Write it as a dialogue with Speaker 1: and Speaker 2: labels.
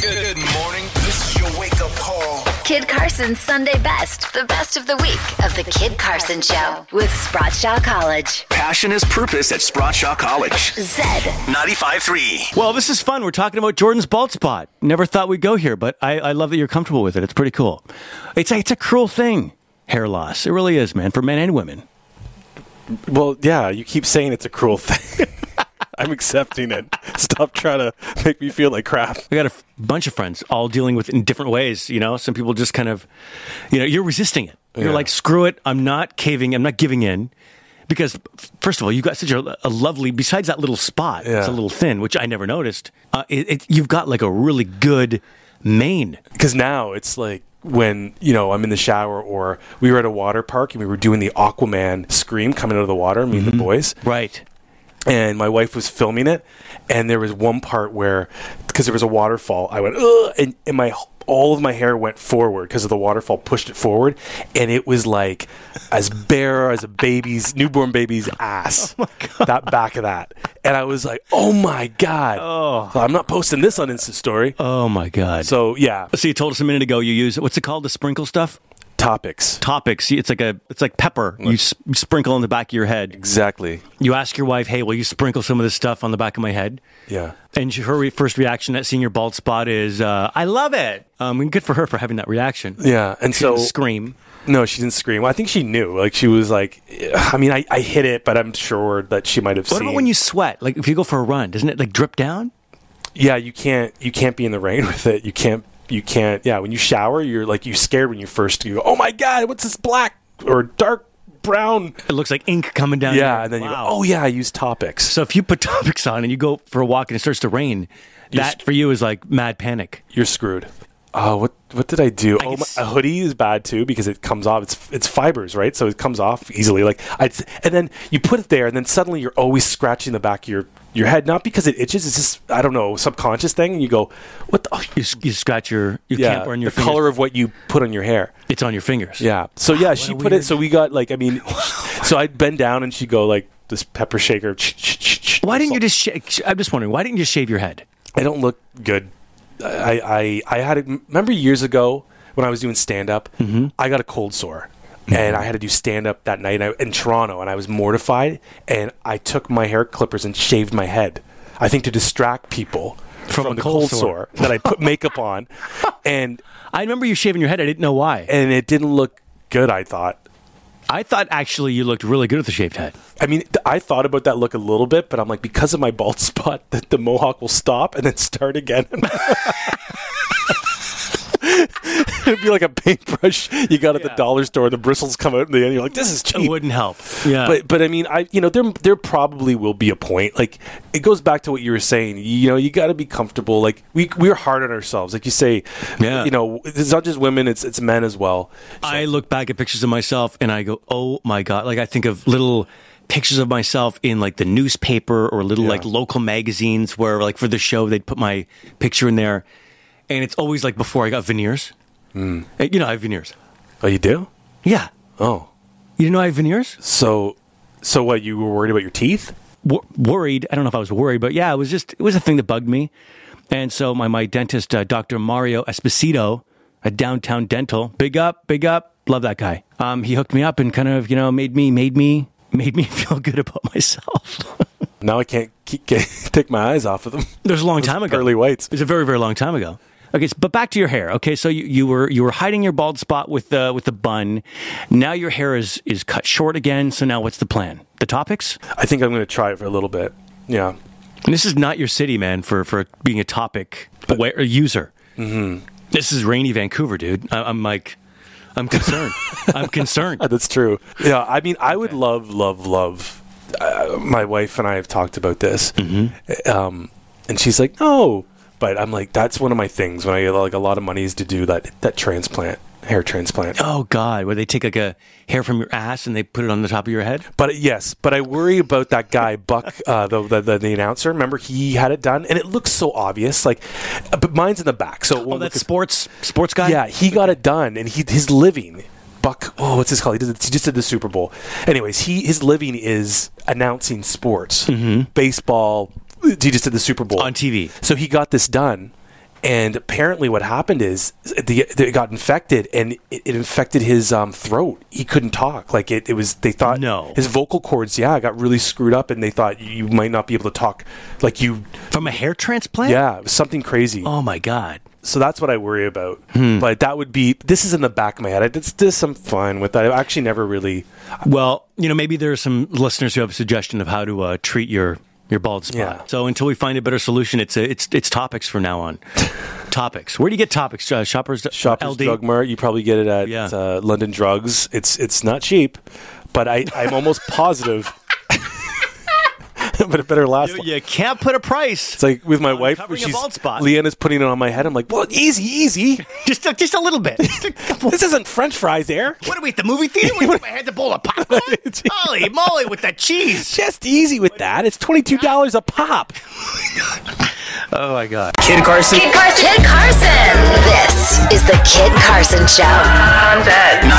Speaker 1: Good morning. This is your wake up call.
Speaker 2: Kid Carson's Sunday Best, the best of the week of the Kid Carson Show with Spratshaw College.
Speaker 3: Passion is purpose at Spratshaw College.
Speaker 2: Zed.
Speaker 3: 95.3.
Speaker 4: Well, this is fun. We're talking about Jordan's bald spot. Never thought we'd go here, but I, I love that you're comfortable with it. It's pretty cool. It's a, it's a cruel thing, hair loss. It really is, man, for men and women.
Speaker 5: Well, yeah, you keep saying it's a cruel thing. I'm accepting it. Stop trying to make me feel like crap.
Speaker 4: I got a f- bunch of friends all dealing with it in different ways. You know, some people just kind of, you know, you're resisting it. You're
Speaker 5: Yeah.
Speaker 4: like, screw it. I'm not caving. I'm not giving in. Because, f- first of all, you've got such a, a lovely, besides that little spot, it's a
Speaker 5: Yeah.
Speaker 4: little thin, which I never noticed. Uh, it, it, you've got like a really good mane.
Speaker 5: Because now it's like when, you know, I'm in the shower or we were at a water park and we were doing the Aquaman scream coming out of the water, me and the boys.
Speaker 4: Right.
Speaker 5: and my wife was filming it and there was one part where because there was a waterfall i went Ugh, and, and my all of my hair went forward because of the waterfall pushed it forward and it was like as bare as a baby's newborn baby's ass
Speaker 4: Oh
Speaker 5: that back of that and i was like oh my god oh. i'm not posting this on insta story
Speaker 4: Oh, my God.
Speaker 5: so yeah
Speaker 4: So you told us a minute ago you use what's it called the sprinkle stuff
Speaker 5: topics
Speaker 4: topics. It's like a it's like pepper you s- sprinkle on the back of your head.
Speaker 5: exactly
Speaker 4: You ask your wife, "Hey, will you sprinkle some of this stuff on the back of my head?"
Speaker 5: yeah
Speaker 4: And she- her re- first reaction at seeing your bald spot is, uh, "I love it." Um, and good for her for having that reaction.
Speaker 5: yeah and
Speaker 4: She
Speaker 5: so
Speaker 4: didn't scream.
Speaker 5: No, she didn't scream. Well, I think she knew. Like she was like, I mean, I, I hit it, but I'm sure that she might have
Speaker 4: What
Speaker 5: seen.
Speaker 4: about when you sweat? Like if you go for a run, doesn't it like drip down?
Speaker 5: Yeah, you can't. You can't be in the rain with it. You can't. You can't. Yeah, when you shower, you're like you scared when you first. You go, oh my god, what's this black or dark brown?
Speaker 4: It looks like ink coming down.
Speaker 5: Yeah,
Speaker 4: your-
Speaker 5: and then you go,
Speaker 4: Wow.
Speaker 5: oh yeah, I use topics.
Speaker 4: So if you put topics on and you go for a walk and it starts to rain, that for you is like mad panic.
Speaker 5: you're screwed. Oh, what what did I do? oh,
Speaker 4: can
Speaker 5: my,
Speaker 4: s-
Speaker 5: a hoodie is bad too because it comes off. It's it's fibers, right? So it comes off easily. Like I, and then you put it there, and then suddenly you're always scratching the back of your your head, not because it itches. It's just I don't know subconscious thing, and you go, what the. Oh,
Speaker 4: You, s- you scratch your you
Speaker 5: yeah,
Speaker 4: can't burn your
Speaker 5: the
Speaker 4: fingers.
Speaker 5: color of what you put on your hair.
Speaker 4: It's on your fingers.
Speaker 5: Yeah. So yeah, she
Speaker 4: Ah, a
Speaker 5: put
Speaker 4: weird-
Speaker 5: it. So we got like I mean, so I'd bend down and she'd go like this pepper shaker.
Speaker 4: Why didn't you just? Sh- I'm just wondering. Why didn't you just shave your head?
Speaker 5: I don't look good. I I, I had a, remember years ago when I was doing stand up,
Speaker 4: Mm-hmm.
Speaker 5: I got a cold sore. And I had to do stand up that night I- in Toronto, and I was mortified. And I took my hair clippers and shaved my head. I think to distract people
Speaker 4: From
Speaker 5: from,
Speaker 4: a
Speaker 5: the
Speaker 4: cold
Speaker 5: cold,
Speaker 4: sore.
Speaker 5: sore. that I put makeup on, and
Speaker 4: I remember you shaving your head. I didn't know why.
Speaker 5: and it didn't look good. I thought.
Speaker 4: I thought actually you looked really good with the shaved head.
Speaker 5: I mean, th- I thought about that look a little bit, but I'm like, because of my bald spot, that the mohawk will stop and then start again. It'd be like a paintbrush you got at the dollar store, and the bristles come out in the end. You're like, this is
Speaker 4: It
Speaker 5: cheap.
Speaker 4: wouldn't help. Yeah.
Speaker 5: But but I mean, I you know there there probably will be a point. Like it goes back to what you were saying. You know, you got to be comfortable. Like we we're hard on ourselves. Like you say,
Speaker 4: Yeah.
Speaker 5: You know, it's not just women; it's it's men as well.
Speaker 4: I look back at pictures of myself and I go, "Oh my god!" Like I think of little pictures of myself in like the newspaper or little like local magazines where like for the show they'd put my picture in there, and it's always like before I got veneers. Uh, You know I have veneers.
Speaker 5: Oh, you do?
Speaker 4: Yeah.
Speaker 5: Oh,
Speaker 4: You didn't know I have veneers?
Speaker 5: so so what? You were worried about your teeth?
Speaker 4: wor- worried. I don't know if I was worried, but yeah, it was just it was a thing that bugged me. And so my my dentist, uh, Dr. Mario Esposito, a downtown dental, big up, big up, love that guy. Um, he hooked me up and kind of you know made me made me made me feel good about myself.
Speaker 5: Now I can't keep, get, take my eyes off of them.
Speaker 4: it was a long time ago.
Speaker 5: Pearly whites.
Speaker 4: It was a very very long time ago. Okay, so, but back to your hair. Okay, so you, you were you were hiding your bald spot with the with the bun. Now your hair is is cut short again. So now what's the plan? The topics?
Speaker 5: I think I'm going to try it for a little bit. Yeah.
Speaker 4: And this is not your city, man, for, for being a topic aware, user. Mm-hmm. This is rainy Vancouver, dude. I, I'm like, I'm concerned. I'm concerned.
Speaker 5: That's true. Yeah. I mean, I would love, love, love. Uh, my wife and I have talked about this. Mm-hmm. Um, and she's like, no. But I'm like, that's one of my things when I get like a lot of money is to do that, that transplant, hair transplant.
Speaker 4: Oh God, where they take like a hair from your ass and they put it on the top of your head?
Speaker 5: But yes, but I worry about that guy Buck, uh, the, the, the the announcer. Remember, he had it done, and it looks so obvious. Like, uh, but mine's in the back, so it
Speaker 4: Oh,
Speaker 5: won't look
Speaker 4: that
Speaker 5: as-
Speaker 4: sports sports guy.
Speaker 5: Yeah, he got it done, and he his living. Buck, oh, what's his called? He, did, he just did the Super Bowl. Anyways, he his living is announcing sports, baseball. He just did the Super Bowl
Speaker 4: Mm-hmm. On TV.
Speaker 5: So he got this done, And apparently, what happened is the, it got infected, and it, it infected his um, throat. He couldn't talk. Like it, it was. They thought
Speaker 4: No.
Speaker 5: his vocal cords. Yeah, got really screwed up, and they thought you might not be able to talk. Like you,
Speaker 4: From a hair transplant?
Speaker 5: yeah, it was something crazy.
Speaker 4: Oh my God.
Speaker 5: So that's what I worry about.
Speaker 4: Hmm.
Speaker 5: But that would be. This is in the back of my head. I, this, this I'm fine with. that. I actually never really.
Speaker 4: Well, you know, maybe there are some listeners who have a suggestion of how to uh, treat your your bald spot.
Speaker 5: Yeah.
Speaker 4: So until we find a better solution, it's a, it's it's topics from now on. topics. Where do you get topics? Uh, shoppers.
Speaker 5: Shoppers
Speaker 4: LD.
Speaker 5: Drug Mart. You probably get it at
Speaker 4: Yeah.
Speaker 5: uh, London Drugs. It's it's not cheap, but I I'm almost positive. but it better last.
Speaker 4: You,
Speaker 5: long.
Speaker 4: you can't put a price.
Speaker 5: It's like with my wife,
Speaker 4: covering a
Speaker 5: she's
Speaker 4: bald spot.
Speaker 5: Leanna's putting it on my head. I'm like, well, easy, easy.
Speaker 4: just a, just a little bit. Just a couple.
Speaker 5: this isn't French fries, there.
Speaker 4: What are we at the movie theater? What, I had the bowl of popcorn. Holy moly, with that cheese!
Speaker 5: Just easy with that. It's twenty two dollars a pop.
Speaker 4: Oh my god!
Speaker 1: Kid Carson.
Speaker 2: Kid Carson. Kid Carson. This is the Kid Carson Show.
Speaker 6: I'm dead.